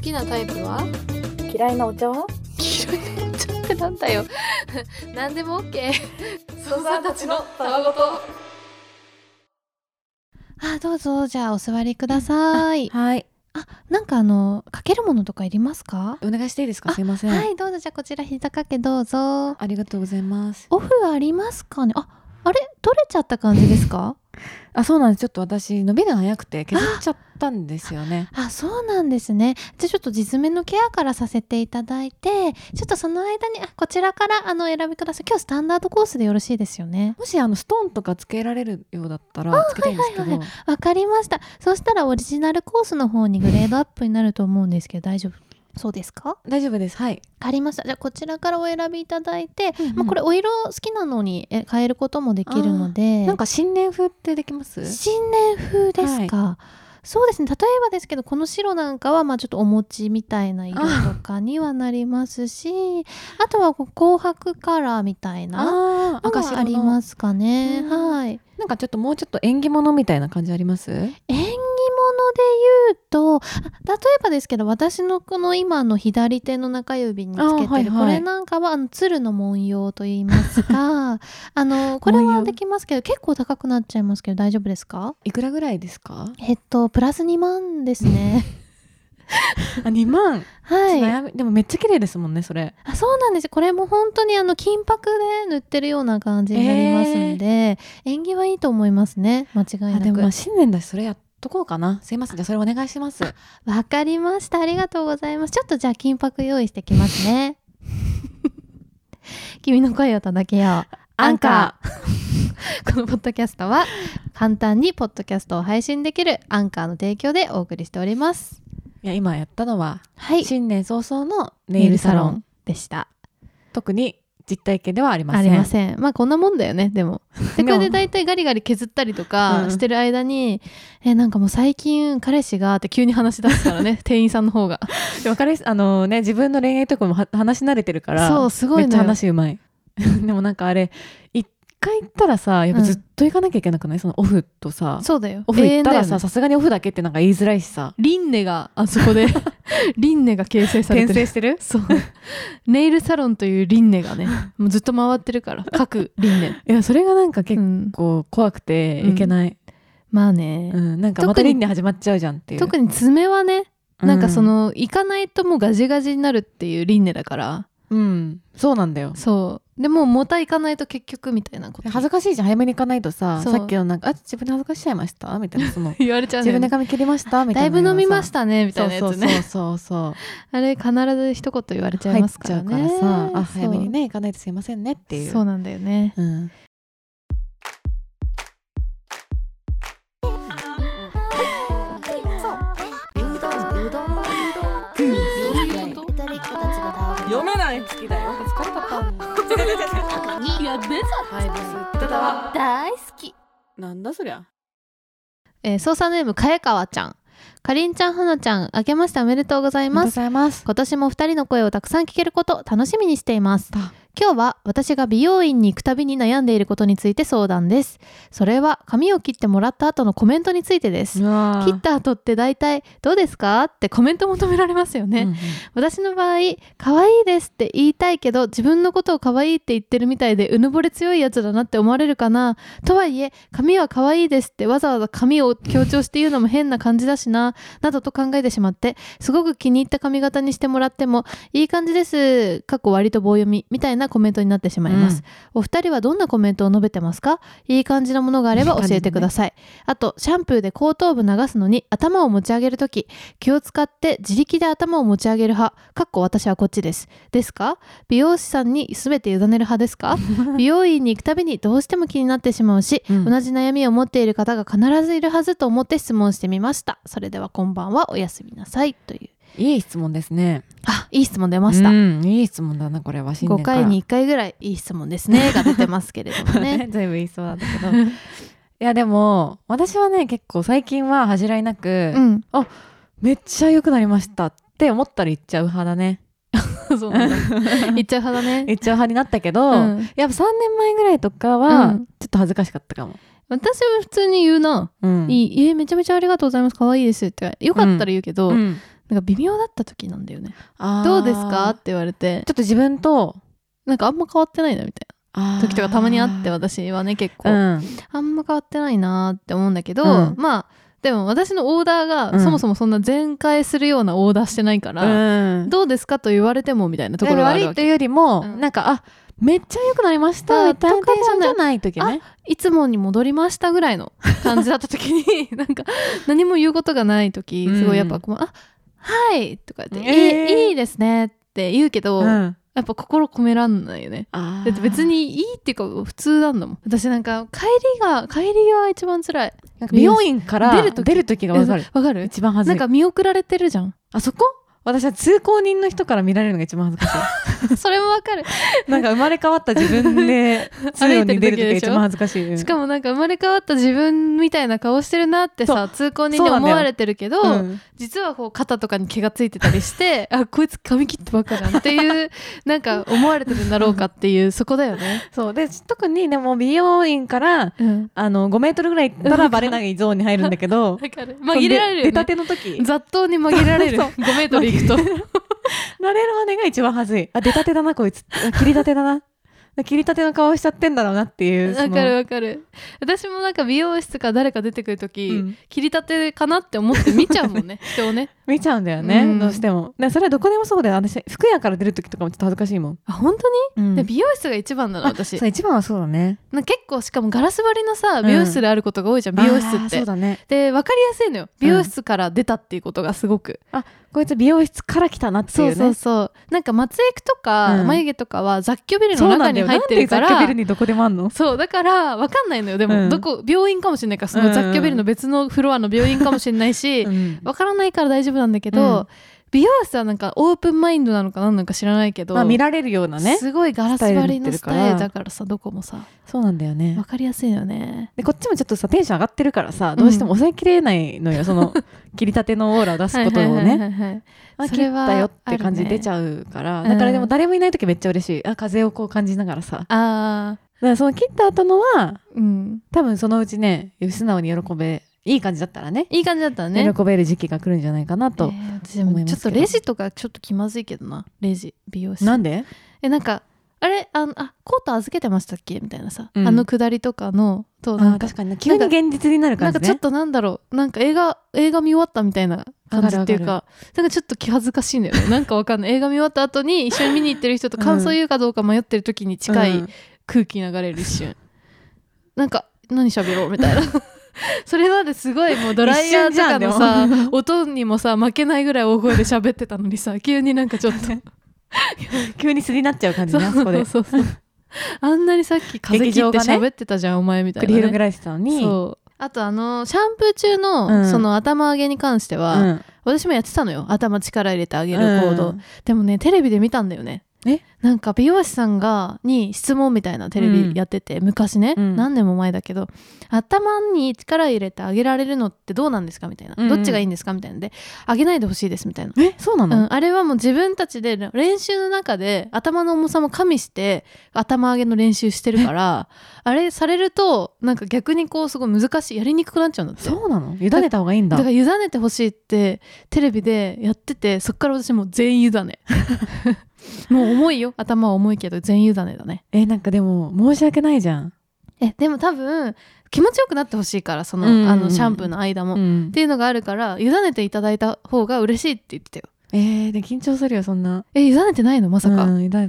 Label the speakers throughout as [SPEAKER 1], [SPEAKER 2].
[SPEAKER 1] きなタイプは
[SPEAKER 2] 嫌いなお茶は
[SPEAKER 1] 黄色いちょっとなんだよ 何でも OK ソーサーたちのたわごと
[SPEAKER 3] あどうぞじゃあお座りください
[SPEAKER 4] はい。
[SPEAKER 3] あなんかあのかけるものとかいりますか
[SPEAKER 4] お願いしていいですか
[SPEAKER 3] あ
[SPEAKER 4] すいません。
[SPEAKER 3] はいどうぞじゃあこちら膝掛けどうぞ
[SPEAKER 4] ありがとうございます。
[SPEAKER 3] オフありますかねああれ取れちゃった感じですか
[SPEAKER 4] あ、そうなんです。ちょっと私、伸びが早くて削っちゃったんですよね。
[SPEAKER 3] あそうなんですねじゃあちょっと実面のケアからさせていただいてちょっとその間にあこちらからあの選びください今日スタンダードコースでよろしいですよね
[SPEAKER 4] もし、あの、ストーンとかつけられるようだったら、つけたいんですけ
[SPEAKER 3] はいはい
[SPEAKER 4] ど。
[SPEAKER 3] わかりましたそうしたらオリジナルコースの方にグレードアップになると思うんですけど大丈夫そうですかわ
[SPEAKER 4] 大丈夫です。はい。
[SPEAKER 3] かりましたじゃあこちらからお選びいただいてまあ、こ
[SPEAKER 4] れ、
[SPEAKER 3] れお色好きなのにえ変えることもできるので
[SPEAKER 4] なんか新年風ってできます
[SPEAKER 3] 新年風ですか、そうですね例えばですけどこの白なんかはまあちょっとお餅みたいな色とかにはなりますしあとはこう紅白カラーみたいな
[SPEAKER 4] ああ、
[SPEAKER 3] の
[SPEAKER 4] 赤
[SPEAKER 3] が
[SPEAKER 4] 白
[SPEAKER 3] あり
[SPEAKER 4] の。
[SPEAKER 3] ますかね
[SPEAKER 4] うん
[SPEAKER 3] はい
[SPEAKER 4] なんかちょっともうちょっと縁起物みたいな感じあります
[SPEAKER 3] 縁起物で言うとあ例えばですけど私のこの今の左手の中指につけてる、
[SPEAKER 4] あはいはい
[SPEAKER 3] これなんかはあの鶴の文様と言いま すかあのこれ
[SPEAKER 4] 文
[SPEAKER 3] は
[SPEAKER 4] 様
[SPEAKER 3] できますけど結構高くなっちゃいますけど大丈夫ですか
[SPEAKER 4] いくらぐらいですか
[SPEAKER 3] えっとプラス2万ですね
[SPEAKER 4] あ、2万。
[SPEAKER 3] はい
[SPEAKER 4] 悩み、でもめっちゃ綺麗ですもんね、それ。
[SPEAKER 3] あそうなんですよこれも本当にあの金箔で塗ってるような感じになりますんで、縁起はいいと思いますね間違い
[SPEAKER 4] あ、で
[SPEAKER 3] な
[SPEAKER 4] もまあ
[SPEAKER 3] く
[SPEAKER 4] 新年だし、それやっとこうかな。すいません。じゃあそれお願いします。
[SPEAKER 3] わかりましたありがとうございますちょっとじゃあ金箔用意してきます ね君の声を届けようアンカ ーこのポッドキャストは簡単にポッドキャストを配信できるアンカーの提供でお送りしております
[SPEAKER 4] いや今やったのは
[SPEAKER 3] はい
[SPEAKER 4] 新年早々のネイルサロン
[SPEAKER 3] でした
[SPEAKER 4] 特に実体験ではありません
[SPEAKER 3] ありませんまあこんなもんだよねでも
[SPEAKER 4] で
[SPEAKER 3] で
[SPEAKER 4] も
[SPEAKER 3] これで大体ガリガリ削ったりとか
[SPEAKER 4] うん
[SPEAKER 3] してる間に、えなんかもう最近彼氏がって急に話し出すから ね店員さんの方が
[SPEAKER 4] でも彼氏あのね自分の恋愛とかもは話し慣れてるから
[SPEAKER 3] そうすごい
[SPEAKER 4] め
[SPEAKER 3] のよ
[SPEAKER 4] っちゃ話うまい でもなんかあれ一回行ったらさやっぱずっと行かなきゃいけなくない、そのオフとさ
[SPEAKER 3] そうだよ
[SPEAKER 4] オフ行ったら
[SPEAKER 3] 永遠だよ
[SPEAKER 4] さ
[SPEAKER 3] ね
[SPEAKER 4] さすがにオフだけってなんか言いづらいしさ
[SPEAKER 3] リンネがあそこ でリンネが形成されてる
[SPEAKER 4] してる
[SPEAKER 3] そうネイルサロンというリンネがねもうずっと回ってる から各リンネ、
[SPEAKER 4] いやそれがなんか
[SPEAKER 3] う
[SPEAKER 4] 結
[SPEAKER 3] ん、
[SPEAKER 4] 構怖くていけない、
[SPEAKER 3] まあ
[SPEAKER 4] う
[SPEAKER 3] ね、
[SPEAKER 4] んなんかまた
[SPEAKER 3] 特に
[SPEAKER 4] 輪廻始まっちゃうじゃんっていう
[SPEAKER 3] 特に爪はねなんかそ、
[SPEAKER 4] う
[SPEAKER 3] の、行かないともうガジガジになるっていうリンネだから
[SPEAKER 4] うん、そうなんだよ
[SPEAKER 3] そうでもうもた行かないと結局みたいなこと
[SPEAKER 4] 恥ずかしいじゃん早めに行かないとさ
[SPEAKER 3] そう
[SPEAKER 4] さっきのなんか「あ自分で恥ずかしちゃいました」みたいなその
[SPEAKER 3] 言われ
[SPEAKER 4] 「
[SPEAKER 3] ちゃ うん
[SPEAKER 4] 自
[SPEAKER 3] だよ
[SPEAKER 4] 分で
[SPEAKER 3] ね
[SPEAKER 4] 髪切りました」みた
[SPEAKER 3] だ
[SPEAKER 4] い
[SPEAKER 3] い
[SPEAKER 4] な
[SPEAKER 3] ぶ
[SPEAKER 4] のがさ
[SPEAKER 3] 飲みましたねみたいなやつね
[SPEAKER 4] そうそうそうそう
[SPEAKER 3] あれ必ず一言言われちゃい
[SPEAKER 4] 入っ
[SPEAKER 3] ます
[SPEAKER 4] ち
[SPEAKER 3] か
[SPEAKER 4] ゃ
[SPEAKER 3] ら
[SPEAKER 4] う
[SPEAKER 3] ね
[SPEAKER 4] からさあ
[SPEAKER 3] そう
[SPEAKER 4] 早めにね行かないとすいませんねっていう
[SPEAKER 3] そうなんだよね
[SPEAKER 4] うん
[SPEAKER 5] 読めない好きだよ疲れた
[SPEAKER 6] 大好き
[SPEAKER 5] なんだそりゃ
[SPEAKER 3] えー、操作ネームかえかわちゃんかりんちゃんはなちゃん明けましておめでとうござい
[SPEAKER 4] ありがとう
[SPEAKER 3] ま
[SPEAKER 4] ご
[SPEAKER 3] す
[SPEAKER 4] ざいます
[SPEAKER 3] 今年も二人の声をたくさん聞けること楽しみにしています
[SPEAKER 4] だ
[SPEAKER 3] 今日は私が美容院に行くたびに悩んでいることについて相談ですそれは髪を切ってもらった後のコメントについてです切
[SPEAKER 4] 切
[SPEAKER 3] った後って大体どうですかってコメント求められますよね、私の場合可愛いですって言いたいけど自分のことを可愛いって言ってるみたいでうぬぼれ強いやつだなって思われるかなとはいえ髪は可愛いですってわざわざ髪を強調して言うのも変な感じだしななどと考えてしまってすごく気に入った髪型にしてもらってもいい感じですかっこ割と棒読みみたいなコメントになってしまいます、お二人はどんなコメントを述べてますかいい感じのものがあれば教えてくださいあとシャンプーで後頭部流すのに頭を持ち上げるとき気を使って自力で頭を持ち上げる派かっこ私はこっちですですか美容師さんに全て委ねる派です か美容院に行くたびにどうしても気になってしまうし、
[SPEAKER 4] うん
[SPEAKER 3] 同じ悩みを持っている方が必ずいるはずと思って質問してみましたそれではこんばんはおやすみなさいという
[SPEAKER 4] いい質問ですね
[SPEAKER 3] あいい質問出ました、
[SPEAKER 4] うんいい質問だなこれは新年
[SPEAKER 3] 5
[SPEAKER 4] から
[SPEAKER 3] 回に1回ぐらいいい質問ですねが出てますけれどもね
[SPEAKER 4] ね 全部言いそうなんだけどいやでも私はね結構最近は恥じらいなく
[SPEAKER 3] うん
[SPEAKER 4] めっちゃ良くなりましたって思ったら言っちゃう派だね
[SPEAKER 3] そうなんだ。言っちゃう派だね。
[SPEAKER 4] 言っちゃう派になったけど、
[SPEAKER 3] うん
[SPEAKER 4] やっぱ3年前ぐらいとかは、
[SPEAKER 3] うん
[SPEAKER 4] ちょっと恥ずかしかったかも、
[SPEAKER 3] 私は普通に言うな。
[SPEAKER 4] うん
[SPEAKER 3] いい、えめちゃめちゃありがとうございます。可愛いですって。よかったら言うけど、
[SPEAKER 4] うん
[SPEAKER 3] なんか微妙だった時なんだよね
[SPEAKER 4] あー
[SPEAKER 3] どうですかって言われて
[SPEAKER 4] ちょっと自分と
[SPEAKER 3] なんかあんま変わってないなみたいな時とかたまにあって
[SPEAKER 4] は
[SPEAKER 3] 私はね結構、
[SPEAKER 4] うん
[SPEAKER 3] あんま変わってないなって思うんだけど、
[SPEAKER 4] うん
[SPEAKER 3] まあでも私のオーダー
[SPEAKER 4] う
[SPEAKER 3] が
[SPEAKER 4] ん
[SPEAKER 3] そもそもそんな全開するようなオーダーしてないから、
[SPEAKER 4] うん
[SPEAKER 3] どうですかと言われてもみたいなところがあ
[SPEAKER 4] 悪
[SPEAKER 3] る
[SPEAKER 4] い
[SPEAKER 3] わ
[SPEAKER 4] と
[SPEAKER 3] け
[SPEAKER 4] いうよりも、
[SPEAKER 3] うん
[SPEAKER 4] なんかあめっちゃ良くなりました
[SPEAKER 3] そう
[SPEAKER 4] とか
[SPEAKER 3] とかじゃない
[SPEAKER 4] じゃない時ね
[SPEAKER 3] いつもに戻りましたぐらいの感じだった 時になんか何も言うことがない時すごいやっぱこう「あはい」とか言って、
[SPEAKER 4] えー
[SPEAKER 3] いい「いいですね」って言うけど、や
[SPEAKER 4] ん、
[SPEAKER 3] っぱ心込めらんないよねだって別にいいっていうか普通なんだもん私なんか帰りが帰りが一番辛い
[SPEAKER 4] なんか美容院から
[SPEAKER 3] 出
[SPEAKER 4] 出
[SPEAKER 3] る
[SPEAKER 4] る時
[SPEAKER 3] 時
[SPEAKER 4] が分かる
[SPEAKER 3] えわかる
[SPEAKER 4] 一番恥ず
[SPEAKER 3] な
[SPEAKER 4] い
[SPEAKER 3] んか見送られてるじゃん
[SPEAKER 4] あそこ私は通行人の人から見られるのが一番恥ずかし
[SPEAKER 3] それも わかる
[SPEAKER 4] いなんか生まれ変わった自分 で通
[SPEAKER 3] 歩
[SPEAKER 4] 路
[SPEAKER 3] いてる
[SPEAKER 4] に出る時が
[SPEAKER 3] 時でし
[SPEAKER 4] 一
[SPEAKER 3] ょ
[SPEAKER 4] 番恥ずかしいうん
[SPEAKER 3] しかもなんか生まれ変わった自分みたいな顔してるなってさ通行人
[SPEAKER 4] そう
[SPEAKER 3] に
[SPEAKER 4] なん
[SPEAKER 3] 思
[SPEAKER 4] だよ
[SPEAKER 3] われてるけど、
[SPEAKER 4] うん
[SPEAKER 3] 実はこう肩とかに毛がついてたりして あこいつ髪切ってばっかだなって いうなんか思われてるんだろうかっていうそこだよね。
[SPEAKER 4] そうで特にでも美容院から
[SPEAKER 3] うん、
[SPEAKER 4] あの5メートルぐらい行ったらバレないゾーンに入るんだけ ど
[SPEAKER 3] だから紛れられる
[SPEAKER 4] 出
[SPEAKER 3] よ、
[SPEAKER 4] た
[SPEAKER 3] ね、
[SPEAKER 4] ての時
[SPEAKER 3] 雑踏に紛れられ る
[SPEAKER 4] そう
[SPEAKER 3] 5メートル行くと
[SPEAKER 4] 慣れるまでが一番恥ずいあ出たてだなこいつあ切りたてだな切りたての顔しちゃってんだろうなっていうそ
[SPEAKER 3] わ
[SPEAKER 4] の
[SPEAKER 3] かるわかる私もなんか美容室から誰か出てくる時、
[SPEAKER 4] うん
[SPEAKER 3] 切りたてかなって思って見ちゃう もんね人をね
[SPEAKER 4] 見ちゃうんだよね、
[SPEAKER 3] うん
[SPEAKER 4] どうしてもでそれはどこでもそうだよ私服屋から出る時とかもちょっと恥ずかしいもん、
[SPEAKER 3] あ本当に、
[SPEAKER 4] うん
[SPEAKER 3] で美容室が一番なの私
[SPEAKER 4] そう一番はそうだね
[SPEAKER 3] なんか結構しかもガラス張りのさ
[SPEAKER 4] うん
[SPEAKER 3] 美容室であることが多いじゃん、美容室
[SPEAKER 4] あ
[SPEAKER 3] っ
[SPEAKER 4] ーそ
[SPEAKER 3] て
[SPEAKER 4] うだね
[SPEAKER 3] で分かりやすいのよ美容室から出たっていうことがすごく、
[SPEAKER 4] こいつ美容室から来たなってい
[SPEAKER 3] そうう
[SPEAKER 4] ね
[SPEAKER 3] そうそうなんか松江区とか
[SPEAKER 4] うん
[SPEAKER 3] 眉毛とかは雑居ビル
[SPEAKER 4] そ
[SPEAKER 3] の
[SPEAKER 4] うな
[SPEAKER 3] 中
[SPEAKER 4] んだ
[SPEAKER 3] に
[SPEAKER 4] よ
[SPEAKER 3] 入ってるか
[SPEAKER 4] なんで雑居
[SPEAKER 3] ら
[SPEAKER 4] ビルにどこでもあんの
[SPEAKER 3] そうだから分かんないのよでも、
[SPEAKER 4] うん
[SPEAKER 3] どこ病院かもしれないからそ
[SPEAKER 4] うんう
[SPEAKER 3] の
[SPEAKER 4] ん
[SPEAKER 3] 雑居ビルの別のフロアの病院かもしれないし、
[SPEAKER 4] うん
[SPEAKER 3] 分からないから大丈夫なんだけど、
[SPEAKER 4] うん
[SPEAKER 3] 美容室はなんかオープンマインドなのか何なのか知らないけど、
[SPEAKER 4] まあ見られるようなね
[SPEAKER 3] すごいガラス張りのス
[SPEAKER 4] スタ
[SPEAKER 3] タイ
[SPEAKER 4] イ
[SPEAKER 3] ル
[SPEAKER 4] ル
[SPEAKER 3] だ
[SPEAKER 4] だ
[SPEAKER 3] からさどこもさ
[SPEAKER 4] そうなんだよね
[SPEAKER 3] 分かりやすいのよね
[SPEAKER 4] でこっちもちょっとさテンション上がってるからさどうしても抑えきれないのよ、そ の切りたてのオーラを出すことをね
[SPEAKER 3] ね
[SPEAKER 4] あ
[SPEAKER 3] そ
[SPEAKER 4] 切
[SPEAKER 3] れ
[SPEAKER 4] っ
[SPEAKER 3] は
[SPEAKER 4] たよって感
[SPEAKER 3] あ
[SPEAKER 4] じ
[SPEAKER 3] るね
[SPEAKER 4] 出ちゃうから、
[SPEAKER 3] うん
[SPEAKER 4] だからでも誰もいない時めっちゃ嬉しいあ風をこう感じながらさだか
[SPEAKER 3] あ
[SPEAKER 4] らその切った後のは
[SPEAKER 3] ーうん
[SPEAKER 4] 多分そのうちね素直に喜べいい感じだったらね
[SPEAKER 3] いい感じだったね
[SPEAKER 4] 喜べる時期が来るんじゃないかなと、
[SPEAKER 3] えー私でも
[SPEAKER 4] 思いま
[SPEAKER 3] ち
[SPEAKER 4] す
[SPEAKER 3] ょっと
[SPEAKER 4] けど
[SPEAKER 3] レジとかちょっと気まずいけどなレジ美容室
[SPEAKER 4] なんで
[SPEAKER 3] えなんかあれあのあコート預けてましたっけみたいなさ、
[SPEAKER 4] うん
[SPEAKER 3] あのくだりとかのとな
[SPEAKER 4] あ
[SPEAKER 3] んか
[SPEAKER 4] 確かにね急に現実になる
[SPEAKER 3] な
[SPEAKER 4] 感
[SPEAKER 3] ん
[SPEAKER 4] じ
[SPEAKER 3] か
[SPEAKER 4] ね
[SPEAKER 3] ちょっとなんだろうなんか映画映画見終わったみたいな感じっていうか
[SPEAKER 4] わ
[SPEAKER 3] なんかちょっと気恥ずかしいん だよねなんかわかんない映画見終わった後に一緒に見に行ってる人と感想言うかどうか迷ってる時に近
[SPEAKER 4] う
[SPEAKER 3] い
[SPEAKER 4] ん
[SPEAKER 3] 空気流れる一瞬、なんか何喋ろう みたいなそれまですごいもうドライヤーとかのさ
[SPEAKER 4] 一
[SPEAKER 3] 音にもさ負けないぐらい大声で喋ってたのにさ急になんかちょっと
[SPEAKER 4] 急に素になっちゃう感じねあそこで
[SPEAKER 3] そうそうそうあんなにさっき風切って喋ってたじゃん、お前みたい
[SPEAKER 4] 繰
[SPEAKER 3] な、ね、
[SPEAKER 4] り広げられてたのに
[SPEAKER 3] そうあとあのシャンプー中の、
[SPEAKER 4] うん
[SPEAKER 3] その頭上げに関しては、
[SPEAKER 4] うん
[SPEAKER 3] 私もやってたのよ頭力入れて上げる行動、
[SPEAKER 4] うん
[SPEAKER 3] でもねテレビで見たんだよね
[SPEAKER 4] え
[SPEAKER 3] なんか美容師さんがに質問みたいなテレビやってて、昔ね、
[SPEAKER 4] うん
[SPEAKER 3] 何年も前だけど頭に力入れて上げられるのってどうなんですかみたいな、
[SPEAKER 4] うんうん
[SPEAKER 3] どっちがいいんですかみたいなので上げないでほしいですみたいな
[SPEAKER 4] えそうなの、
[SPEAKER 3] うん、あれはもう自分たちで練習の中で頭の重さも加味して頭上げの練習してる からあれされるとなんか逆にこうすごい難しいやりにくくなっちゃうんだって
[SPEAKER 4] そうなの委ねた方がいいんだ
[SPEAKER 3] だから委ねてほしいってテレビでやっててそっから私もう全員委 ねもう重いよ頭は重いけど全員委ねだね
[SPEAKER 4] えなんかでも申し訳ないじゃん、
[SPEAKER 3] えでも多分気持ちよくなってほしいからその,、
[SPEAKER 4] うんうんうん
[SPEAKER 3] あのシャンプーの間も、
[SPEAKER 4] う
[SPEAKER 3] っ
[SPEAKER 4] ん
[SPEAKER 3] ていうのがあるから委ねていただいた方が嬉しいって言ってたよ
[SPEAKER 4] えー、で緊張するよそんな
[SPEAKER 3] え委ねてないのまさか、
[SPEAKER 4] うん委ねてない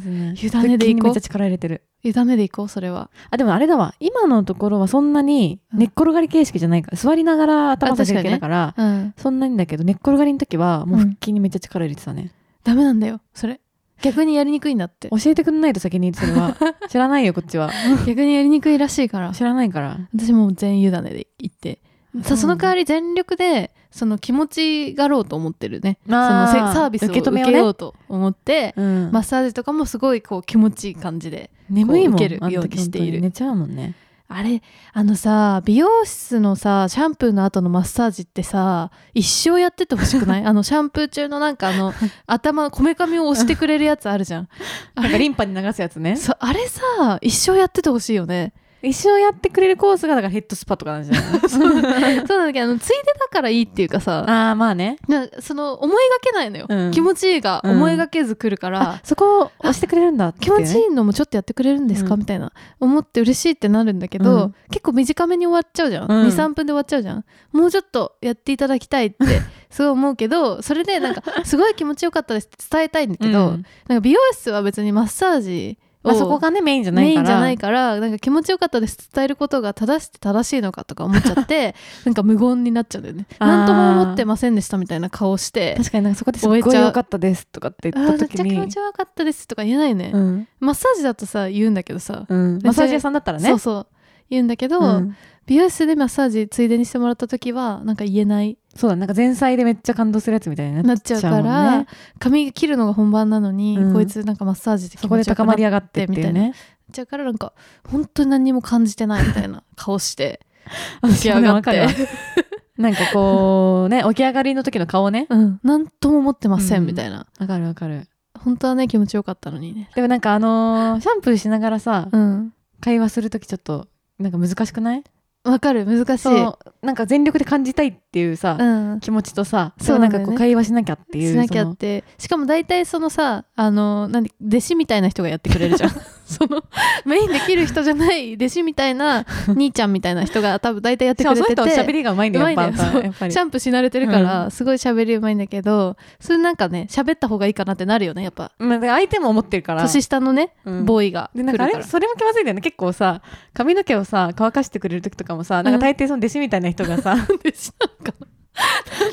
[SPEAKER 3] 委ねでい
[SPEAKER 4] 腹筋
[SPEAKER 3] こう
[SPEAKER 4] にめっちゃ力入れてる
[SPEAKER 3] 委ねでいこうそれは
[SPEAKER 4] あでもあれだわ今のところはそんなに寝っ転がり形式じゃないから座りながら頭させるだけだから
[SPEAKER 3] うん
[SPEAKER 4] そんなにだけど寝っ転がりの時はもう
[SPEAKER 3] うん
[SPEAKER 4] 腹筋にめっちゃ力入れてたね、
[SPEAKER 3] ダメなんだよそれ逆にやりにくいんだって
[SPEAKER 4] 教えてくんないと先にそれは 知らないよこっちは
[SPEAKER 3] 逆にやりにくいらしいから
[SPEAKER 4] 知らないから
[SPEAKER 3] 私もう全委ねで行ってさその代わ
[SPEAKER 4] り
[SPEAKER 3] り全力でその気持ちがろうと思ってるねその
[SPEAKER 4] あー
[SPEAKER 3] せサービスを
[SPEAKER 4] 受
[SPEAKER 3] 受
[SPEAKER 4] け止めを
[SPEAKER 3] け
[SPEAKER 4] ね
[SPEAKER 3] ようと思って、
[SPEAKER 4] うん
[SPEAKER 3] マッサージとかもすごいこう気持ちいい感じで
[SPEAKER 4] 眠いもん
[SPEAKER 3] こう受けるように
[SPEAKER 4] あの時
[SPEAKER 3] している
[SPEAKER 4] 本当に寝ちゃうもんね
[SPEAKER 3] あれあのさ美容室のさシャンプーの後のマッサージってさ一生やっててほし くないあのシャンプー中のなんかあの頭のこめかみを押してくれるやつあるじゃん
[SPEAKER 4] なんかリンパに流すやつね
[SPEAKER 3] そうあれさ一生やっててほしいよね
[SPEAKER 4] 一生やってくれるコースがだからヘッドスパとかなんじゃないの
[SPEAKER 3] そうなんだけどあのついでだからいいっていうかさ
[SPEAKER 4] ああまあね
[SPEAKER 3] なその思いがけないのよ、
[SPEAKER 4] うん
[SPEAKER 3] 気持ちいいが
[SPEAKER 4] うん
[SPEAKER 3] 思いがけず来るから、
[SPEAKER 4] あそこを押してくれるんだって
[SPEAKER 3] 気持ちい
[SPEAKER 4] い
[SPEAKER 3] いのもちょっとやってくれるんですか、
[SPEAKER 4] うん
[SPEAKER 3] みたいな思って嬉しいってなるんだけど、
[SPEAKER 4] うん
[SPEAKER 3] 結構短めに終わっちゃうじゃん、
[SPEAKER 4] うん
[SPEAKER 3] 23分で終わっちゃうじゃんもうちょっとやっていただき たいってすごい思うけどそれでなんかすごい気持ちよかったですって伝えたいんだけど、なんか美容室は別にマッサージを
[SPEAKER 4] まあ、そこがねメインじゃな
[SPEAKER 3] メ
[SPEAKER 4] い
[SPEAKER 3] イ
[SPEAKER 4] から
[SPEAKER 3] ンじゃないからなんか気持ちよかったですって伝えることが正しくて正しいのかとか思っちゃって なんか無言になっちゃうんだよね
[SPEAKER 4] あー
[SPEAKER 3] なんとも思ってませんでしたみたいな顔して
[SPEAKER 4] 確かになんかそこですっ
[SPEAKER 3] 終え
[SPEAKER 4] ごい
[SPEAKER 3] ちゃう
[SPEAKER 4] 良かったですとかって
[SPEAKER 3] あ
[SPEAKER 4] 言った
[SPEAKER 3] ーめっち
[SPEAKER 4] 時
[SPEAKER 3] ゃ気
[SPEAKER 4] に
[SPEAKER 3] 持ちよかったですとか言えないね、
[SPEAKER 4] うん
[SPEAKER 3] マッサージだとさ言うんだけどさ、
[SPEAKER 4] うん、マッサージ屋さんだったらね
[SPEAKER 3] そうそう言うんだけど、
[SPEAKER 4] うん
[SPEAKER 3] 美容室でマッサージついでにしてもらった時はなんか言えない
[SPEAKER 4] そうだなんか前菜でめっちゃ感動するやつみたいにな
[SPEAKER 3] な
[SPEAKER 4] っ
[SPEAKER 3] っ
[SPEAKER 4] ち
[SPEAKER 3] ち
[SPEAKER 4] ゃ
[SPEAKER 3] ゃ
[SPEAKER 4] うもん
[SPEAKER 3] うか
[SPEAKER 4] ね
[SPEAKER 3] ら、髪切るのが本番なのに、
[SPEAKER 4] うん
[SPEAKER 3] こいつなんかマッサージで気
[SPEAKER 4] そこ
[SPEAKER 3] 持
[SPEAKER 4] で
[SPEAKER 3] ちよく
[SPEAKER 4] 高
[SPEAKER 3] な
[SPEAKER 4] ま
[SPEAKER 3] っ
[SPEAKER 4] り上がってっていうね
[SPEAKER 3] ちゃうからなんか本当に何にも感じてないみたいな顔 して
[SPEAKER 4] 起
[SPEAKER 3] 起き上がって、
[SPEAKER 4] なんかこうね起き上がりの時の顔ね
[SPEAKER 3] うん、なんとも思ってませ
[SPEAKER 4] うんん
[SPEAKER 3] みたいな、
[SPEAKER 4] わかるわかる
[SPEAKER 3] 本当はね気持ちよかったのにね
[SPEAKER 4] でもなんかあのーシャンプーしながらさ、
[SPEAKER 3] うん
[SPEAKER 4] 会話する時ちょっとなんか難しくない
[SPEAKER 3] わかる難し
[SPEAKER 4] そ
[SPEAKER 3] い、
[SPEAKER 4] のなんか全力で感じたいっていうさ、
[SPEAKER 3] うん、
[SPEAKER 4] 気持ちとさ
[SPEAKER 3] そ
[SPEAKER 4] そうう
[SPEAKER 3] な
[SPEAKER 4] なんん
[SPEAKER 3] だ
[SPEAKER 4] か
[SPEAKER 3] よね
[SPEAKER 4] こう会話しなきゃっていう
[SPEAKER 3] しなきゃ
[SPEAKER 4] そ
[SPEAKER 3] っ
[SPEAKER 4] の
[SPEAKER 3] てしかも大体そのさあのなんで弟子みたいな人がやってくれる じゃんそのメインできる人じゃない弟子みたいな兄ちゃんみたいな人が多分大体やって
[SPEAKER 4] し
[SPEAKER 3] く
[SPEAKER 4] かも
[SPEAKER 3] れ
[SPEAKER 4] その
[SPEAKER 3] て
[SPEAKER 4] 人は喋
[SPEAKER 3] て
[SPEAKER 4] りがうまいんだ
[SPEAKER 3] う
[SPEAKER 4] よ
[SPEAKER 3] ま
[SPEAKER 4] や
[SPEAKER 3] い
[SPEAKER 4] っ
[SPEAKER 3] んだよ
[SPEAKER 4] ぱやっぱり
[SPEAKER 3] シャンプーし慣れてるから、
[SPEAKER 4] う
[SPEAKER 3] すごい喋りうまいんだけどそれなんかね喋った方がいいかなってなるよねやっぱ
[SPEAKER 4] まあだから相手も思ってるから
[SPEAKER 3] 年下のね、
[SPEAKER 4] うん
[SPEAKER 3] ボーイが
[SPEAKER 4] で
[SPEAKER 3] 来るか
[SPEAKER 4] なんからあ れそれも気まずいんだよね結構さ髪の毛をさ乾かしてくれる時とかもさなんか大抵その弟子みたいな人がさ、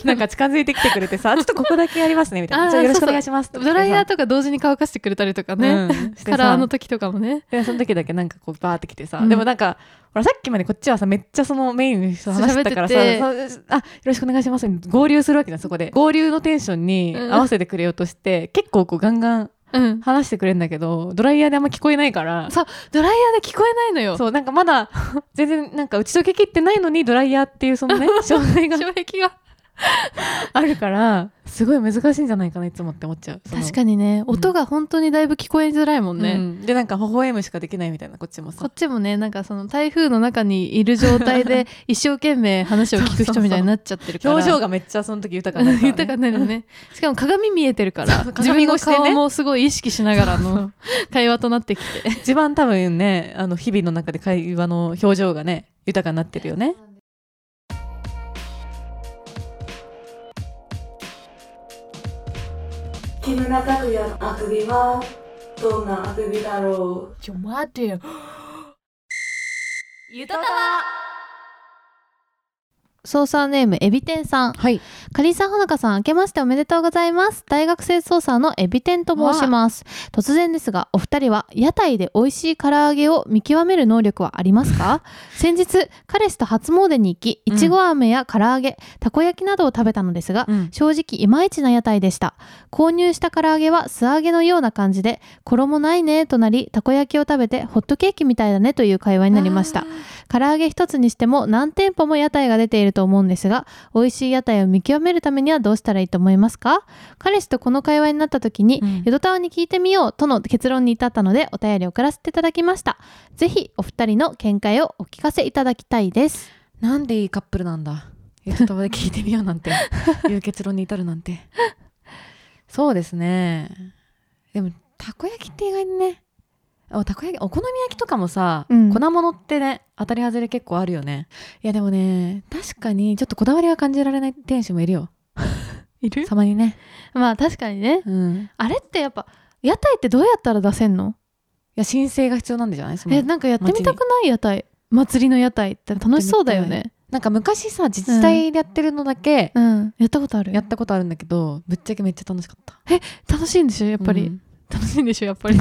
[SPEAKER 4] なんか近づいてきてくれて さちょっとここだけやりますねみたい
[SPEAKER 3] あー
[SPEAKER 4] なじゃあよろしくお願いします
[SPEAKER 3] ドライヤー
[SPEAKER 4] と
[SPEAKER 3] とか同時に乾かしてくれたり とかね、カ
[SPEAKER 4] か
[SPEAKER 3] ラー
[SPEAKER 4] ら
[SPEAKER 3] の時とかもね
[SPEAKER 4] でその時だけなんかこうバーってきてさ、
[SPEAKER 3] うん
[SPEAKER 4] でもなんかほらさっきまでこっちはさめっちゃそのメインの人と話してたからさ
[SPEAKER 3] 喋
[SPEAKER 4] そうあよろしくお願いします合流するわけじゃんそこで合流のテンションに合わせてくれようとして、結構こうガンガン
[SPEAKER 3] うん
[SPEAKER 4] 話してくれるんだけどドライヤーであんま聞こえないから
[SPEAKER 3] そうドライヤーで聞こえないのよ
[SPEAKER 4] そうなんかまだ 全然なんか打ち解けきってないのにドライヤーっていうその ね障害が
[SPEAKER 3] 障壁が
[SPEAKER 4] あるからすごい難しいんじゃないかないつもって思っちゃう
[SPEAKER 3] 確
[SPEAKER 4] に
[SPEAKER 3] かにね音が本当にだいぶ聞こえづらいもんね、
[SPEAKER 4] でなんか微笑むしかできないみたいなこっちも
[SPEAKER 3] こ
[SPEAKER 4] さ
[SPEAKER 3] っちもねなんかその台風の中にいる状態で 一生懸命話を聞く人みたいになっちゃってるから
[SPEAKER 4] 表情
[SPEAKER 3] が
[SPEAKER 4] がめっちゃその時豊かになるからね
[SPEAKER 3] 豊かになるよねしかも鏡見えてるから
[SPEAKER 4] そう
[SPEAKER 3] 自
[SPEAKER 4] 鏡
[SPEAKER 3] 分の
[SPEAKER 4] 越しでね
[SPEAKER 3] 顔もすごい意識しながらの会話となってきて
[SPEAKER 4] 一番多分ねあの日々の中で会話の表情がね豊かになってるよね
[SPEAKER 2] 木村拓哉のあくびはどんなあくびだろう
[SPEAKER 5] ちょ待てよ
[SPEAKER 6] ゆたたわ
[SPEAKER 3] 操作ネームエビ天さん
[SPEAKER 4] はい
[SPEAKER 3] かりんさんほのかさん明けましておめでとうございます大学生操作のエビ天と申します突然ですがお二人は屋台で美味しい唐揚げを見極める能力はありま すか先日彼氏と初詣に行きいちご飴や唐揚げ、たこ焼きなどを食べたのですが、
[SPEAKER 4] うん
[SPEAKER 3] 正直いまいちな屋台でした購入した唐揚げは素揚げのような感じで衣ないねとなりたこ焼きを食べてホットケーキみたいだねという会話になりました唐揚げ一つにしても何店舗も屋台が出ていると思うんですが美味しい屋台を見極めるためにはどうしたらいいと思いますか彼氏とこの会話になった時に、
[SPEAKER 4] うん
[SPEAKER 3] ヨドタワに聞いてみようとの結論に至ったのでお便りを送らせていただきましたぜひお二人の見解をお聞かせいただきたいです
[SPEAKER 4] なんでいいカップルなんだ言葉で聞いてみようなん ていう結論に至るなんてそうですねでもたこ焼きって意外にねおたこ焼きお好み焼きとかもさ、
[SPEAKER 3] うん
[SPEAKER 4] 粉物ってね当たり外れ結構あるよねいやでもね確かにちょっとこだわりは感じられない店主もいるよ
[SPEAKER 3] いる
[SPEAKER 4] たまにね
[SPEAKER 3] まあ確かにね
[SPEAKER 4] うん
[SPEAKER 3] あれってやっぱ屋台ってどうやったら出せんの、
[SPEAKER 4] いや申請が必要なんじゃないその
[SPEAKER 3] えなんかやってみたくない屋台祭りの屋台って楽しそうだよね
[SPEAKER 4] なんか昔さ自治体でやってるのだけ
[SPEAKER 3] うんやったことある
[SPEAKER 4] やったことあるんだけど、ぶっちゃけめっちゃ楽しかった
[SPEAKER 3] 楽しいんでしょやっぱり、楽しいんでしょやっぱ り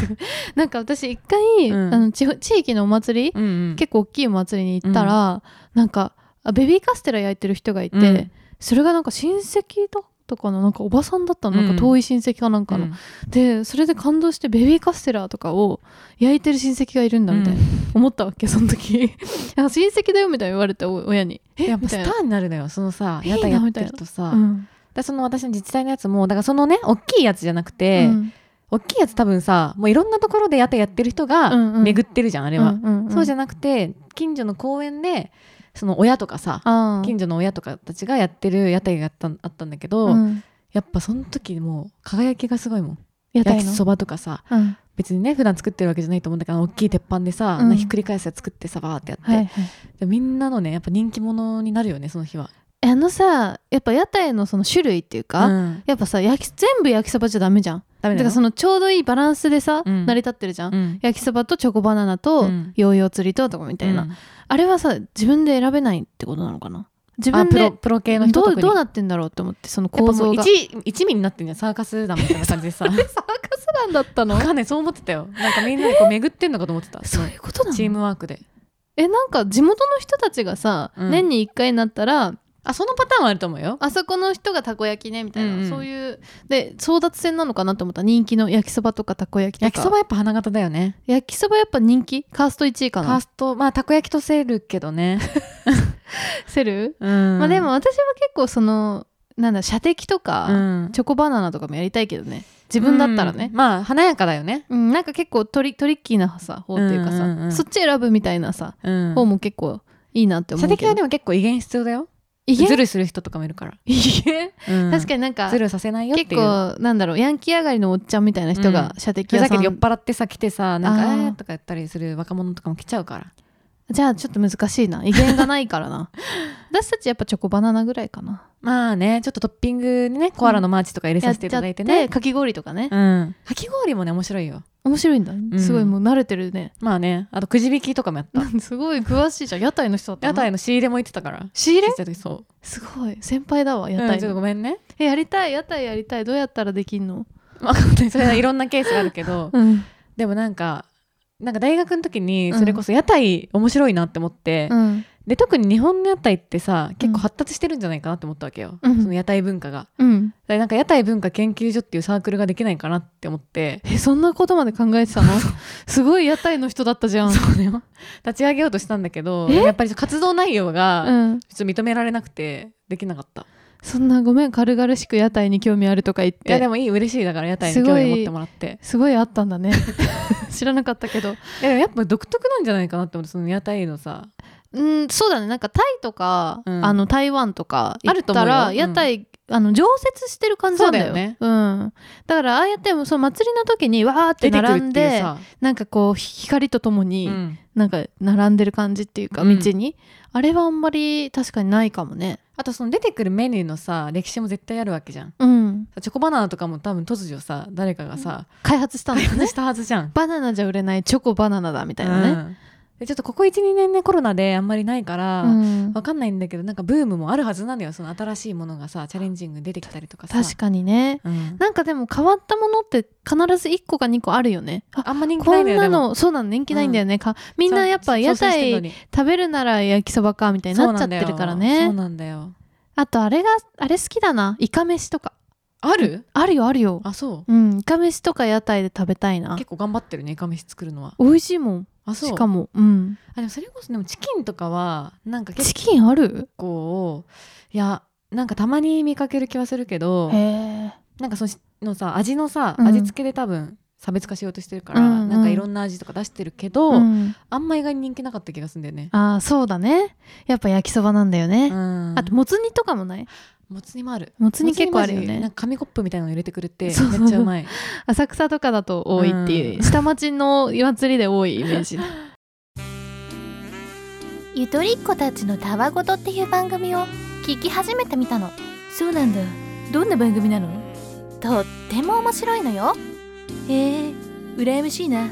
[SPEAKER 3] なんか私一回、
[SPEAKER 4] うん
[SPEAKER 3] あの地地域のお祭り、
[SPEAKER 4] うん、うんうん、
[SPEAKER 3] 結構大きいお祭りに行ったら、なんかあベビーカステラ焼いてる人がいて、それがなんか親戚だったかななんかおばさんだったのなん
[SPEAKER 4] うん
[SPEAKER 3] か遠い親戚かなんかの、でそれで感動してベビーカステラとかを焼いてる親戚がいるんだみたいな、思ったわけその 時あ親戚だよみたいな言われてお親にえ
[SPEAKER 4] やっぱ
[SPEAKER 3] み
[SPEAKER 4] スタ
[SPEAKER 3] たいな
[SPEAKER 4] ーになるのよそのさ
[SPEAKER 3] いいな
[SPEAKER 4] 屋台やってるとさ、
[SPEAKER 3] うん
[SPEAKER 4] だからその私の自治体のやつもだからそのね大きいやつじゃなくて、
[SPEAKER 3] うん
[SPEAKER 4] 大きいやつ多分さもういろんなところで屋台やってる人が
[SPEAKER 3] うんうん
[SPEAKER 4] 巡ってるじゃん、あれは、そうじ
[SPEAKER 3] ゃ
[SPEAKER 4] ゃなくて近所の公園でその親とかさ
[SPEAKER 3] あー
[SPEAKER 4] 近所の親とかたちがやってる屋台があったあったんだけど、
[SPEAKER 3] うん
[SPEAKER 4] やっぱその時もう輝きがすごいもん
[SPEAKER 3] 屋
[SPEAKER 4] 焼
[SPEAKER 3] 台
[SPEAKER 4] き
[SPEAKER 3] の
[SPEAKER 4] そばとかさ
[SPEAKER 3] うん
[SPEAKER 4] 別にね普段作ってるわけじゃないと思うんだけど大きい鉄板でさ、
[SPEAKER 3] うん
[SPEAKER 4] ひっくり返すやつ作ってさバーってやって、
[SPEAKER 3] はいはい
[SPEAKER 4] でみんなのねやっぱ人気者になるよねその日は。
[SPEAKER 3] あのさやっぱ屋台のその種類っていうか、
[SPEAKER 4] うん
[SPEAKER 3] やっぱさ焼き全部焼きそばじゃダメじゃん
[SPEAKER 4] ダメだ
[SPEAKER 3] だか
[SPEAKER 4] よ
[SPEAKER 3] らそのちょうどいいバランスでさ、
[SPEAKER 4] うん
[SPEAKER 3] 成り立ってるじゃん、
[SPEAKER 4] うん
[SPEAKER 3] 焼きそばとチョコバナナと、
[SPEAKER 4] うん
[SPEAKER 3] ヨーヨー釣りととかみたいな、
[SPEAKER 4] うん
[SPEAKER 3] あれはさ自分で選べないってことなのかな自
[SPEAKER 4] あ
[SPEAKER 3] 分
[SPEAKER 4] プロ
[SPEAKER 3] で
[SPEAKER 4] プロ系の人
[SPEAKER 3] ど
[SPEAKER 4] 特
[SPEAKER 3] う
[SPEAKER 4] に
[SPEAKER 3] どうなってんだろうって思ってその
[SPEAKER 4] やっぱ
[SPEAKER 3] 構
[SPEAKER 4] も
[SPEAKER 3] 造
[SPEAKER 4] う
[SPEAKER 3] が
[SPEAKER 4] 一一味になってんじゃんサーカス団みたいな感じ でさ
[SPEAKER 3] サーカス団だったの
[SPEAKER 4] わかんないそう思ってたよなんかみんなでこう巡ってんのかと思って た
[SPEAKER 3] そういうことな
[SPEAKER 4] チー
[SPEAKER 3] の
[SPEAKER 4] ムワークで
[SPEAKER 3] えなんか地元の人たちがさ、
[SPEAKER 4] うん
[SPEAKER 3] 年に1回になったら
[SPEAKER 4] あそのパターンはあると思うよ
[SPEAKER 3] あそこの人がたこ焼きねみたいな、
[SPEAKER 4] うんうん
[SPEAKER 3] そういうで争奪戦なのかなと思った人気の焼きそばとかたこ焼きとか
[SPEAKER 4] 焼きそばやっぱ花形だよね
[SPEAKER 3] 焼きそばやっぱ人気カースト1位か
[SPEAKER 4] ファー
[SPEAKER 3] な
[SPEAKER 4] ストまあたこ焼きとせるけどね、
[SPEAKER 3] セル、
[SPEAKER 4] うん、
[SPEAKER 3] まあでも私は結構そのなんだ射的と
[SPEAKER 4] う
[SPEAKER 3] か、
[SPEAKER 4] ん、
[SPEAKER 3] チョコバナナとかもやりたいけどね自分だったらね
[SPEAKER 4] うん、まあ華やかだよね、
[SPEAKER 3] うんなんか結構トリトリッキーなさ方っていうかさ、
[SPEAKER 4] うんうんうん
[SPEAKER 3] そっち選ぶみたいなさ、
[SPEAKER 4] うん
[SPEAKER 3] 方も結構いいなって思
[SPEAKER 4] 射
[SPEAKER 3] うけど
[SPEAKER 4] 的はでも結構威厳必要だよ
[SPEAKER 3] 威厳
[SPEAKER 4] ズルする人とかもいるから、
[SPEAKER 3] 威厳
[SPEAKER 4] うん
[SPEAKER 3] 確かになんか
[SPEAKER 4] ズルさせないよっていう
[SPEAKER 3] 結構なんだろうヤンキー上がりのおっちゃんみたいな人が
[SPEAKER 4] うん
[SPEAKER 3] 射的
[SPEAKER 4] ふ
[SPEAKER 3] 屋さ
[SPEAKER 4] ざ
[SPEAKER 3] ん、
[SPEAKER 4] けて酔っ払ってさ来てさなん
[SPEAKER 3] あ
[SPEAKER 4] か
[SPEAKER 3] ー
[SPEAKER 4] えーとかやったりする若者とかも来ちゃうから
[SPEAKER 3] じゃあちょっと難しいな威厳がないからな私たちやっぱチョコバナナぐらいかな
[SPEAKER 4] まあねちょっとトッピングにねコアラのマーチとか入れさせていただいて
[SPEAKER 3] やっちゃっ
[SPEAKER 4] ね
[SPEAKER 3] かき氷とかね、
[SPEAKER 4] うんかき氷もね面白いよ
[SPEAKER 3] 面白いんだ、
[SPEAKER 4] ん
[SPEAKER 3] すごいもう慣れてるね
[SPEAKER 4] まあねあとくじ引きとかもやった
[SPEAKER 3] すごい詳しいじゃん屋台の人だった
[SPEAKER 4] 屋
[SPEAKER 3] の
[SPEAKER 4] 台の仕入れも行ってたから
[SPEAKER 3] 仕入
[SPEAKER 4] 小
[SPEAKER 3] れ
[SPEAKER 4] さい時そう
[SPEAKER 3] すごい先輩だわ屋
[SPEAKER 4] うん
[SPEAKER 3] 台
[SPEAKER 4] ちょっと
[SPEAKER 3] の、
[SPEAKER 4] ごめんね
[SPEAKER 3] えやりたい屋台やりたいどうやったらできんの
[SPEAKER 4] まあ本 当にそれはいろんなケースがあるけど
[SPEAKER 3] うん
[SPEAKER 4] でもなんかなんか大学の時にそれこそ屋台面白いなって思って、
[SPEAKER 3] うん
[SPEAKER 4] で特に日本の屋台ってさ結構発達してるんじゃないかなって思ったわけよ、
[SPEAKER 3] うん
[SPEAKER 4] その屋台文化が。
[SPEAKER 3] う
[SPEAKER 4] だ
[SPEAKER 3] ん
[SPEAKER 4] からなんか屋台文化研究所っていうサークルができないかなって思って
[SPEAKER 3] えそんなことまで考えてたのすごい屋台の人だったじゃん
[SPEAKER 4] そうだよ立ち上げようとしたんだけど
[SPEAKER 3] え
[SPEAKER 4] やっぱり活動内容
[SPEAKER 3] う
[SPEAKER 4] が
[SPEAKER 3] ん
[SPEAKER 4] ちょっと認められなくてできなかった、
[SPEAKER 3] そんなごめん軽々しく屋台に興味あるとか言っ
[SPEAKER 4] いやで
[SPEAKER 3] て
[SPEAKER 4] もいい嬉しいだから屋台
[SPEAKER 3] す
[SPEAKER 4] に
[SPEAKER 3] ご
[SPEAKER 4] 興
[SPEAKER 3] い
[SPEAKER 4] 味持ってもらって
[SPEAKER 3] すごいあったん だね知らなかったけど
[SPEAKER 4] いやでもやっぱ独特なんじゃないかなって思ってその屋台のさ
[SPEAKER 3] うんそうだねなんかタイとか、
[SPEAKER 4] うん
[SPEAKER 3] あの台湾とか行ったら
[SPEAKER 4] あると思うよ
[SPEAKER 3] 屋
[SPEAKER 4] うん
[SPEAKER 3] 台、あの常設してる感じなんだよ
[SPEAKER 4] そうだよね
[SPEAKER 3] うん、だからああやってもその祭りの時にわーって
[SPEAKER 4] 出てくる
[SPEAKER 3] 並
[SPEAKER 4] っ
[SPEAKER 3] ん
[SPEAKER 4] ていう
[SPEAKER 3] で
[SPEAKER 4] さ、
[SPEAKER 3] なんかこう光とともに、
[SPEAKER 4] うん
[SPEAKER 3] なんか並んでる感じっていうか
[SPEAKER 4] う
[SPEAKER 3] 道
[SPEAKER 4] ん
[SPEAKER 3] に、あれはあんまり確かにないかもね
[SPEAKER 4] あとその出てくるメニューのさ歴史も絶対あるわけじゃん
[SPEAKER 3] うん
[SPEAKER 4] チョコバナナとかも多分突如さ誰かがさ
[SPEAKER 3] 開発したんだ
[SPEAKER 4] 開 発
[SPEAKER 3] よね
[SPEAKER 4] したはずじゃん
[SPEAKER 3] バナナじゃ売れないチョコバナナだみたいなね、
[SPEAKER 4] うんでちょっとここ12年ねコロナであんまりないから、
[SPEAKER 3] うん
[SPEAKER 4] わかんないんだけどなんかブームもあるはずなのよその新しいものがさチャレンジングに出てきたりとかさ
[SPEAKER 3] 確かにね
[SPEAKER 4] うん
[SPEAKER 3] なんかでも変わったものって必ず1個か2個あるよねあ
[SPEAKER 4] あんま人気な
[SPEAKER 3] こ
[SPEAKER 4] いん
[SPEAKER 3] ん
[SPEAKER 4] だよ
[SPEAKER 3] な
[SPEAKER 4] でも
[SPEAKER 3] のそうなの人気ないんだよね、かみんなやっぱ屋
[SPEAKER 4] そうそうしてんの
[SPEAKER 3] 台
[SPEAKER 4] に
[SPEAKER 3] 食べるなら焼きそばかみたいになっちゃってるから
[SPEAKER 4] そう
[SPEAKER 3] ね
[SPEAKER 4] なんだよ
[SPEAKER 3] あとあれがあれ好きだなイカ飯とか
[SPEAKER 4] そうなんだよある
[SPEAKER 3] あるよあるよ
[SPEAKER 4] あそ
[SPEAKER 3] うんイカ飯とか屋台で食べたいうな
[SPEAKER 4] 結構頑張ってるねいかめし作るのは
[SPEAKER 3] 美味しいもん
[SPEAKER 4] あそう
[SPEAKER 3] しかもうん
[SPEAKER 4] あでもそれこそでもチキンとかはなんか結
[SPEAKER 3] チキンある
[SPEAKER 4] 構いやなんかたまに見かける気はするけど
[SPEAKER 3] へえ
[SPEAKER 4] なんかそのさ味のさ、
[SPEAKER 3] うん
[SPEAKER 4] 味付けで多分差別化しようとしてるから、
[SPEAKER 3] うんうん
[SPEAKER 4] なんかいろんな味とか出してるけど、
[SPEAKER 3] うん
[SPEAKER 4] あんま意外に人気なかった気がするんだよね。
[SPEAKER 3] ああそうだねやっぱ焼きそばなんだよね、
[SPEAKER 4] うん
[SPEAKER 3] あともつ煮とかもない
[SPEAKER 4] もつ煮もある。
[SPEAKER 3] もつ煮結構あるよ
[SPEAKER 4] もつ煮マジ
[SPEAKER 3] ね
[SPEAKER 4] なんか紙コップみたいなの入れてくれてめっ
[SPEAKER 3] そう
[SPEAKER 4] ちゃうまい。
[SPEAKER 3] 浅草とかだと多いっていう、
[SPEAKER 4] うん
[SPEAKER 3] 下町の祭りで多いイメ ージ
[SPEAKER 6] ゆとりっ子たちのたわごとっていう番組を聞き始めてみたのそうなんだどんな番組なのとっても面白いのよへえ羨ましいな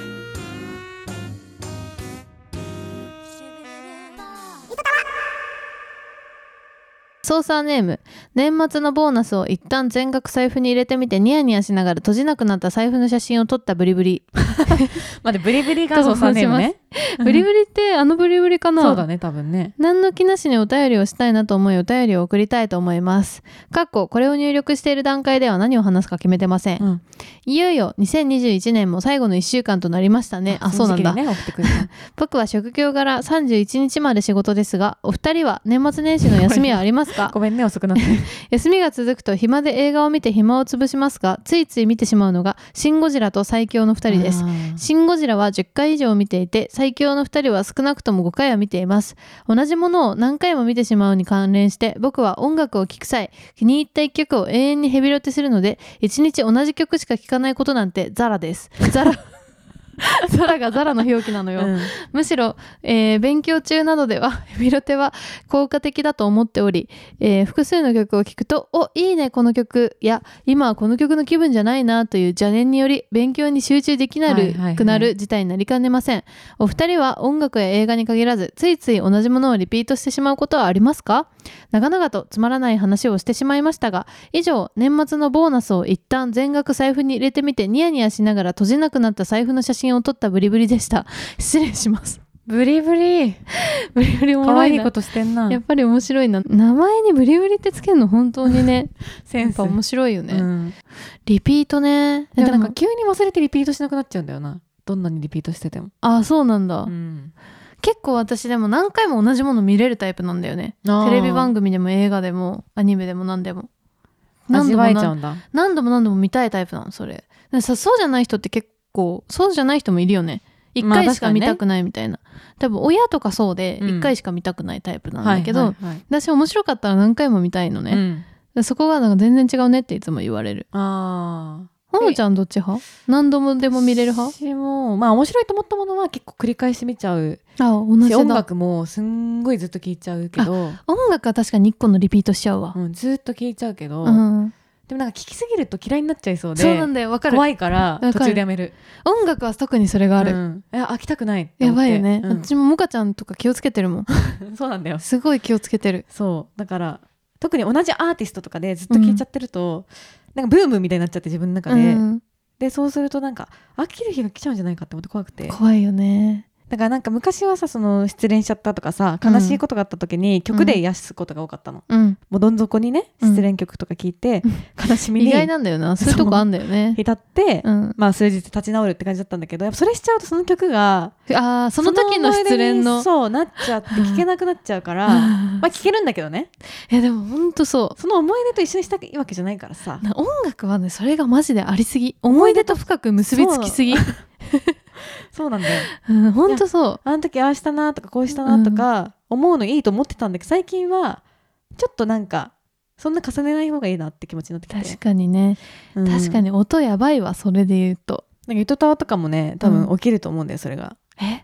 [SPEAKER 3] 操作ネーム年末のボーナスを一旦全額財布に入れてみてニヤニヤしながら閉じなくなった財布の写真を撮ったブリブリ
[SPEAKER 4] まあでブリブリ
[SPEAKER 3] と
[SPEAKER 4] 画像さんね
[SPEAKER 3] 申します
[SPEAKER 4] ね。
[SPEAKER 3] ブリブリってあのブリブリかな
[SPEAKER 4] そうだね多分ね
[SPEAKER 3] 何の気なしにお便りをしたいなと思いお便りを送りたいと思います。かっここれを入力している段階では何を話すか決めてません。
[SPEAKER 4] うん
[SPEAKER 3] いよいよ2021年も最後の1週間となりましたね。あ、そうなんだ。
[SPEAKER 4] の時期にね送ってくれた
[SPEAKER 3] 僕は職業柄31日まで仕事ですが、お二人は年末年始の休みはあります か
[SPEAKER 4] ごめんね遅くなって
[SPEAKER 3] 休みが続くと暇で映画を見て暇を潰しますが、ついつい見てしまうのがシンゴジラと最強の二人です。シン・ゴジラは10回以上見ていて最強の2人は少なくとも5回は見ています同じものを何回も見てしまうに関連して僕は音楽を聴く際気に入った1曲を永遠にヘビロテするので1日同じ曲しか聴かないことなんてザラですザラ ザラがザラの表記なのよ、
[SPEAKER 4] うん
[SPEAKER 3] むしろ、えー勉強中などでは ヘビロテは効果的だと思っており、えー複数の曲を聴くと「おいいねこの曲」や「今はこの曲の気分じゃないな」という邪念により勉強に集中できな
[SPEAKER 4] はいは
[SPEAKER 3] る
[SPEAKER 4] いはい
[SPEAKER 3] くなる事態になりかねませんお二人は音楽や映画に限らずついつい同じものをリピートしてしまうことはありますか長々とつまらない話をしてしまいましたが以上年末のボーナスを一旦全額財布に入れてみてニヤニヤしながら閉じなくなった財布の写真を撮ったブリブリでした 失礼します
[SPEAKER 4] ブリブリ
[SPEAKER 3] ブリブリおも
[SPEAKER 4] 可
[SPEAKER 3] ろい
[SPEAKER 4] 愛
[SPEAKER 3] ない
[SPEAKER 4] ことしてんな
[SPEAKER 3] やっぱり面白いな名前にブリブリってつけるの本当 にね
[SPEAKER 4] セ
[SPEAKER 3] やっ
[SPEAKER 4] ンス
[SPEAKER 3] ぱ面白いよね、
[SPEAKER 4] うん
[SPEAKER 3] リピートね
[SPEAKER 4] で
[SPEAKER 3] で
[SPEAKER 4] も
[SPEAKER 3] も
[SPEAKER 4] なんか急に忘れてリピートしなくなっちゃうんだよなどんなにリピートしてても、
[SPEAKER 3] あそうなんだ、
[SPEAKER 4] ん、
[SPEAKER 3] 結構私でも何回も同じもの見れるタイプなんだよねテレビ番組でも映画でもアニメでも何でも何
[SPEAKER 4] 味
[SPEAKER 3] 度も
[SPEAKER 4] わえ
[SPEAKER 3] 何
[SPEAKER 4] ちゃ
[SPEAKER 3] 度
[SPEAKER 4] う
[SPEAKER 3] も
[SPEAKER 4] んだ
[SPEAKER 3] 何度も何度も見たいタイプなのそれでさそうじゃない人って結構そうじゃない人もいるよね一
[SPEAKER 4] まあ
[SPEAKER 3] 回
[SPEAKER 4] 確
[SPEAKER 3] し
[SPEAKER 4] か
[SPEAKER 3] か
[SPEAKER 4] に
[SPEAKER 3] 見
[SPEAKER 4] ね
[SPEAKER 3] たくないみたいな、多分親とかそうで
[SPEAKER 4] うん
[SPEAKER 3] 一回しか見たくないタイプなんだけど、
[SPEAKER 4] はいはいはい
[SPEAKER 3] 私面白かったら何回も見たいのね、
[SPEAKER 4] うん
[SPEAKER 3] でそこがなんか全然違うねっていつも言われる。
[SPEAKER 4] ああ
[SPEAKER 3] ほのちゃんどっち派何度もでも見れる派
[SPEAKER 4] 私もまあ面白いと思ったものは結構繰り返して見ちゃう
[SPEAKER 3] あ同
[SPEAKER 4] し
[SPEAKER 3] じだ
[SPEAKER 4] 音
[SPEAKER 3] 音楽
[SPEAKER 4] 楽もすんごいずっと聴いちゃうけど、
[SPEAKER 3] 音楽は確かに1個のリピートしちゃうわ。
[SPEAKER 4] うん、ずっと聴いちゃうけど、
[SPEAKER 3] うん、
[SPEAKER 4] でもなんか聴きすぎると嫌いになっちゃいそうで
[SPEAKER 3] そうなんだよわかる
[SPEAKER 4] 怖いから
[SPEAKER 3] わかる
[SPEAKER 4] 途中でやめる
[SPEAKER 3] 音楽は特にそれがある、
[SPEAKER 4] うんいや飽きたくないって
[SPEAKER 3] や
[SPEAKER 4] 思っ
[SPEAKER 3] ば
[SPEAKER 4] て
[SPEAKER 3] いよね、
[SPEAKER 4] うん
[SPEAKER 3] 私ももかちゃんとか気をつけてるもん
[SPEAKER 4] そうなんだよ
[SPEAKER 3] すごい気をつけてる
[SPEAKER 4] そうだから特に同じアーティストとかでずっと聴いちゃってると、なんかブームみたいになっちゃって自分の中で、
[SPEAKER 3] うん
[SPEAKER 4] でそうするとなんか飽きる日が来ちゃうんじゃないかって思って怖くて
[SPEAKER 3] 怖いよね
[SPEAKER 4] だからなんか昔はさその失恋しちゃったとかさ悲しいことがあった時に曲で癒すことが多かったの、
[SPEAKER 3] うん
[SPEAKER 4] もうどん底にね
[SPEAKER 3] うん
[SPEAKER 4] 失恋曲とか聞いて、悲しみ
[SPEAKER 3] 意
[SPEAKER 4] に
[SPEAKER 3] 外なんだよなそういうとこあんだよね
[SPEAKER 4] 浸って、
[SPEAKER 3] うん、
[SPEAKER 4] まあ数日立ち直るって感じだったんだけどやっぱそれしちゃうとその曲が
[SPEAKER 3] あーその時の失恋の
[SPEAKER 4] そ思い出にそうなっちゃって聴けなくなっちゃうからま
[SPEAKER 3] あ
[SPEAKER 4] あ聴けるんだけどね
[SPEAKER 3] ーいやでもほんとそ
[SPEAKER 4] その思い出と一緒にしたいわけじゃないからさ
[SPEAKER 3] うな音楽はねそれがマジでありすぎ思い出と深く結びつきすぎ
[SPEAKER 4] そうなんだ よ
[SPEAKER 3] うん、ほんとそ
[SPEAKER 4] あの時ああしたなとかこうしたなとか思うのいいと思ってたんだけど最近はちょっとなんかそんな重ねない方がいいなって気持ちになって
[SPEAKER 3] う
[SPEAKER 4] きて
[SPEAKER 3] 確かにね、
[SPEAKER 4] うん
[SPEAKER 3] 確かに音やばいわそれで言うと
[SPEAKER 4] なんかゆとたわとかもね多分起きると思うんだよそれが、
[SPEAKER 3] え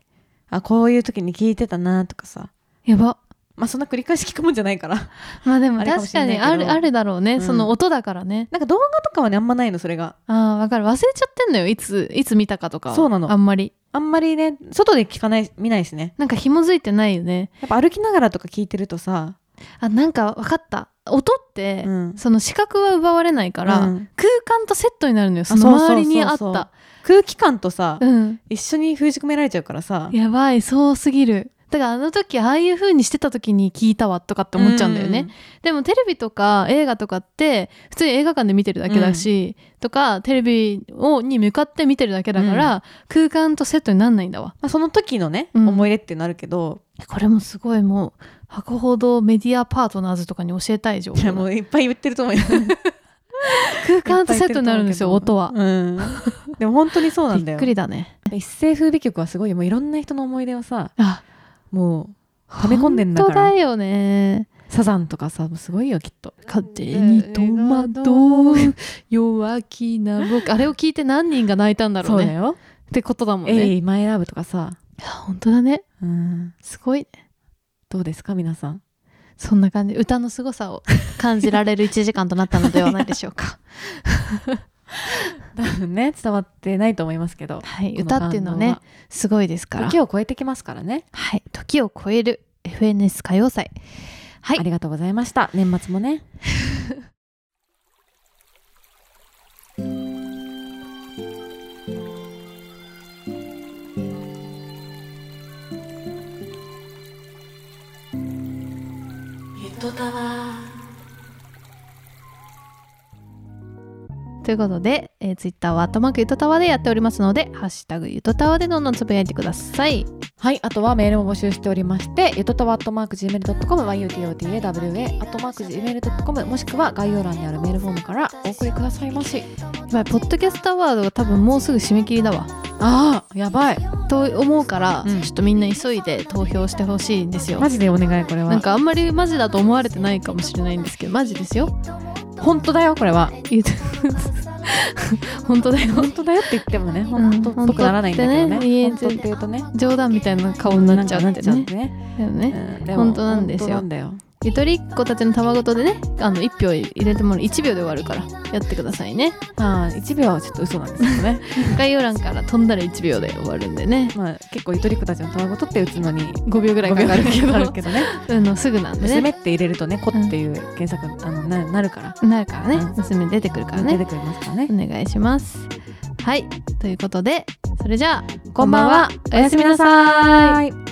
[SPEAKER 4] あこういう時に聞いてたなとかさ
[SPEAKER 3] やば
[SPEAKER 4] まあそんな繰り返し聞くもんじゃないから
[SPEAKER 3] まあでも
[SPEAKER 4] あれかも
[SPEAKER 3] 確
[SPEAKER 4] しれ
[SPEAKER 3] か
[SPEAKER 4] ない
[SPEAKER 3] に
[SPEAKER 4] けど
[SPEAKER 3] あるあるだろうね、
[SPEAKER 4] うん
[SPEAKER 3] その音だからね
[SPEAKER 4] なんか動画とかはねあんまないのそれが
[SPEAKER 3] ああわかる忘れちゃってんのよいついつ見たかとかは
[SPEAKER 4] そうなの
[SPEAKER 3] あんまり
[SPEAKER 4] あんまりね外で聞かない見ないしね
[SPEAKER 3] なんか紐づいてないよね
[SPEAKER 4] やっぱ歩きながらとか聞いてるとさ、
[SPEAKER 3] あなんかわかった音って、
[SPEAKER 4] うん
[SPEAKER 3] その視覚は奪われないから、
[SPEAKER 4] うん
[SPEAKER 3] 空間とセットになるのよそ
[SPEAKER 4] あそう
[SPEAKER 3] の
[SPEAKER 4] そうそうそう
[SPEAKER 3] 周りにあった
[SPEAKER 4] 空気感とさ、
[SPEAKER 3] うん
[SPEAKER 4] 一緒に封じ込められちゃうからさ
[SPEAKER 3] やばいそうすぎるだからあの時ああいう風にしてた時に聞いたわとかって思っちゃうんだよね、でもテレビとか映画とかって普通に映画館で見てるだけだし、とかテレビをに向かって見てるだけだから、空間とセットになんないんだわ
[SPEAKER 4] まあ、その時のね、
[SPEAKER 3] うん
[SPEAKER 4] 思い出っていうのあるけど
[SPEAKER 3] これもすごいもう博報堂メディアパートナーズとかに教えたい情報
[SPEAKER 4] いやもういっぱい言ってると 思うよ
[SPEAKER 3] 空間とセットになるんですよ
[SPEAKER 4] いっぱい
[SPEAKER 3] 音
[SPEAKER 4] 言っ
[SPEAKER 3] は
[SPEAKER 4] てると、思うけどうん、でも本当にそうなんだ
[SPEAKER 3] びっ
[SPEAKER 4] よ
[SPEAKER 3] くりだね
[SPEAKER 4] 一世風靡曲はすごいよもういろんな人の思い出をさ
[SPEAKER 3] あ
[SPEAKER 4] もう溜め込んでんだか
[SPEAKER 3] 本
[SPEAKER 4] ら
[SPEAKER 3] 当だよね
[SPEAKER 4] サザンとかさもうすごいよきっと
[SPEAKER 3] 風に戸惑う弱気な僕あれを聞いて何人が泣いたんだろうね
[SPEAKER 4] よ
[SPEAKER 3] ってことだ
[SPEAKER 4] 「
[SPEAKER 3] もんね、
[SPEAKER 4] エ
[SPEAKER 3] い
[SPEAKER 4] イマイラブ」とかさ、
[SPEAKER 3] や本当だね
[SPEAKER 4] うん、
[SPEAKER 3] すごいね
[SPEAKER 4] どうですか皆さん
[SPEAKER 3] そんな感じ歌の凄さを感じられる1時 間となったのではないでしょうか
[SPEAKER 4] 多分ね伝わってないと思いますけど
[SPEAKER 3] はい
[SPEAKER 4] この反応
[SPEAKER 3] 歌っていうのはねすごいですから
[SPEAKER 4] 時を超えてきますからね、
[SPEAKER 3] はい時を超える FNS 歌謡祭はい
[SPEAKER 4] ありがとうございました年末もね
[SPEAKER 7] 「
[SPEAKER 3] ということで、えー、ツイッターは「トマークゆとたわ」でやっておりますので「ハッシュタグゆとたわ」でどんどんつぶやいてください
[SPEAKER 4] はい、あとはメールも募集しておりまして、ゆとたわアットマーク Gmail.com、yutotawa アットマーク Gmail.com、もしくは概要欄にあるメールフォームからお送りくださいまし。
[SPEAKER 3] やばいポッドキャストアワードが多分もうすぐ締め切りだわ
[SPEAKER 4] ああ、やばい。
[SPEAKER 3] と思うから、
[SPEAKER 4] うん
[SPEAKER 3] ちょっとみんな急いで投票してほしいんですよ
[SPEAKER 4] マジでお願い、これは。
[SPEAKER 3] なんかあんまりマジだと思われてないかもしれないんですけどマジですよ
[SPEAKER 4] 本当だよ、これは。
[SPEAKER 3] 言うと 本当だよ
[SPEAKER 4] 本当だよって言ってもね、
[SPEAKER 3] ん
[SPEAKER 4] 本当っぽくならないんだけど
[SPEAKER 3] 本当ってね
[SPEAKER 4] ね。本当って言うとね。
[SPEAKER 3] 冗談みたいな顔になっちゃう
[SPEAKER 4] な
[SPEAKER 3] っ
[SPEAKER 4] ん
[SPEAKER 3] て
[SPEAKER 4] かなっちゃっ
[SPEAKER 3] ね
[SPEAKER 4] てね。
[SPEAKER 3] だよね
[SPEAKER 4] うんでも
[SPEAKER 3] 本当なんですよ
[SPEAKER 4] 本当なんだよ。
[SPEAKER 3] ゆとりっ子たちの卵とでねあの1票入れてもらう1秒で終わるからやってくださいね
[SPEAKER 4] まあ、1秒はちょっと嘘なんですけどね。
[SPEAKER 3] 概要欄から飛んだら1秒で終わるんでね
[SPEAKER 4] まあ、結構ゆとりっ子たちの卵取って打つのに。
[SPEAKER 3] 5秒ぐらい
[SPEAKER 4] 5
[SPEAKER 3] か
[SPEAKER 4] 秒
[SPEAKER 3] か
[SPEAKER 4] か
[SPEAKER 3] る
[SPEAKER 4] か
[SPEAKER 3] け
[SPEAKER 4] る
[SPEAKER 3] ど
[SPEAKER 4] けどね。
[SPEAKER 3] うんのすぐなんで
[SPEAKER 4] 娘
[SPEAKER 3] ね
[SPEAKER 4] って入れるとね、子っていう検索、あの、ななるから。
[SPEAKER 3] なるからね
[SPEAKER 4] うん
[SPEAKER 3] 娘出てくるから
[SPEAKER 4] 出
[SPEAKER 3] ね
[SPEAKER 4] てくれますからね
[SPEAKER 3] お。願いしますはいということでそれじゃあ
[SPEAKER 4] こんばんは。
[SPEAKER 3] おやすみなさい
[SPEAKER 4] はい。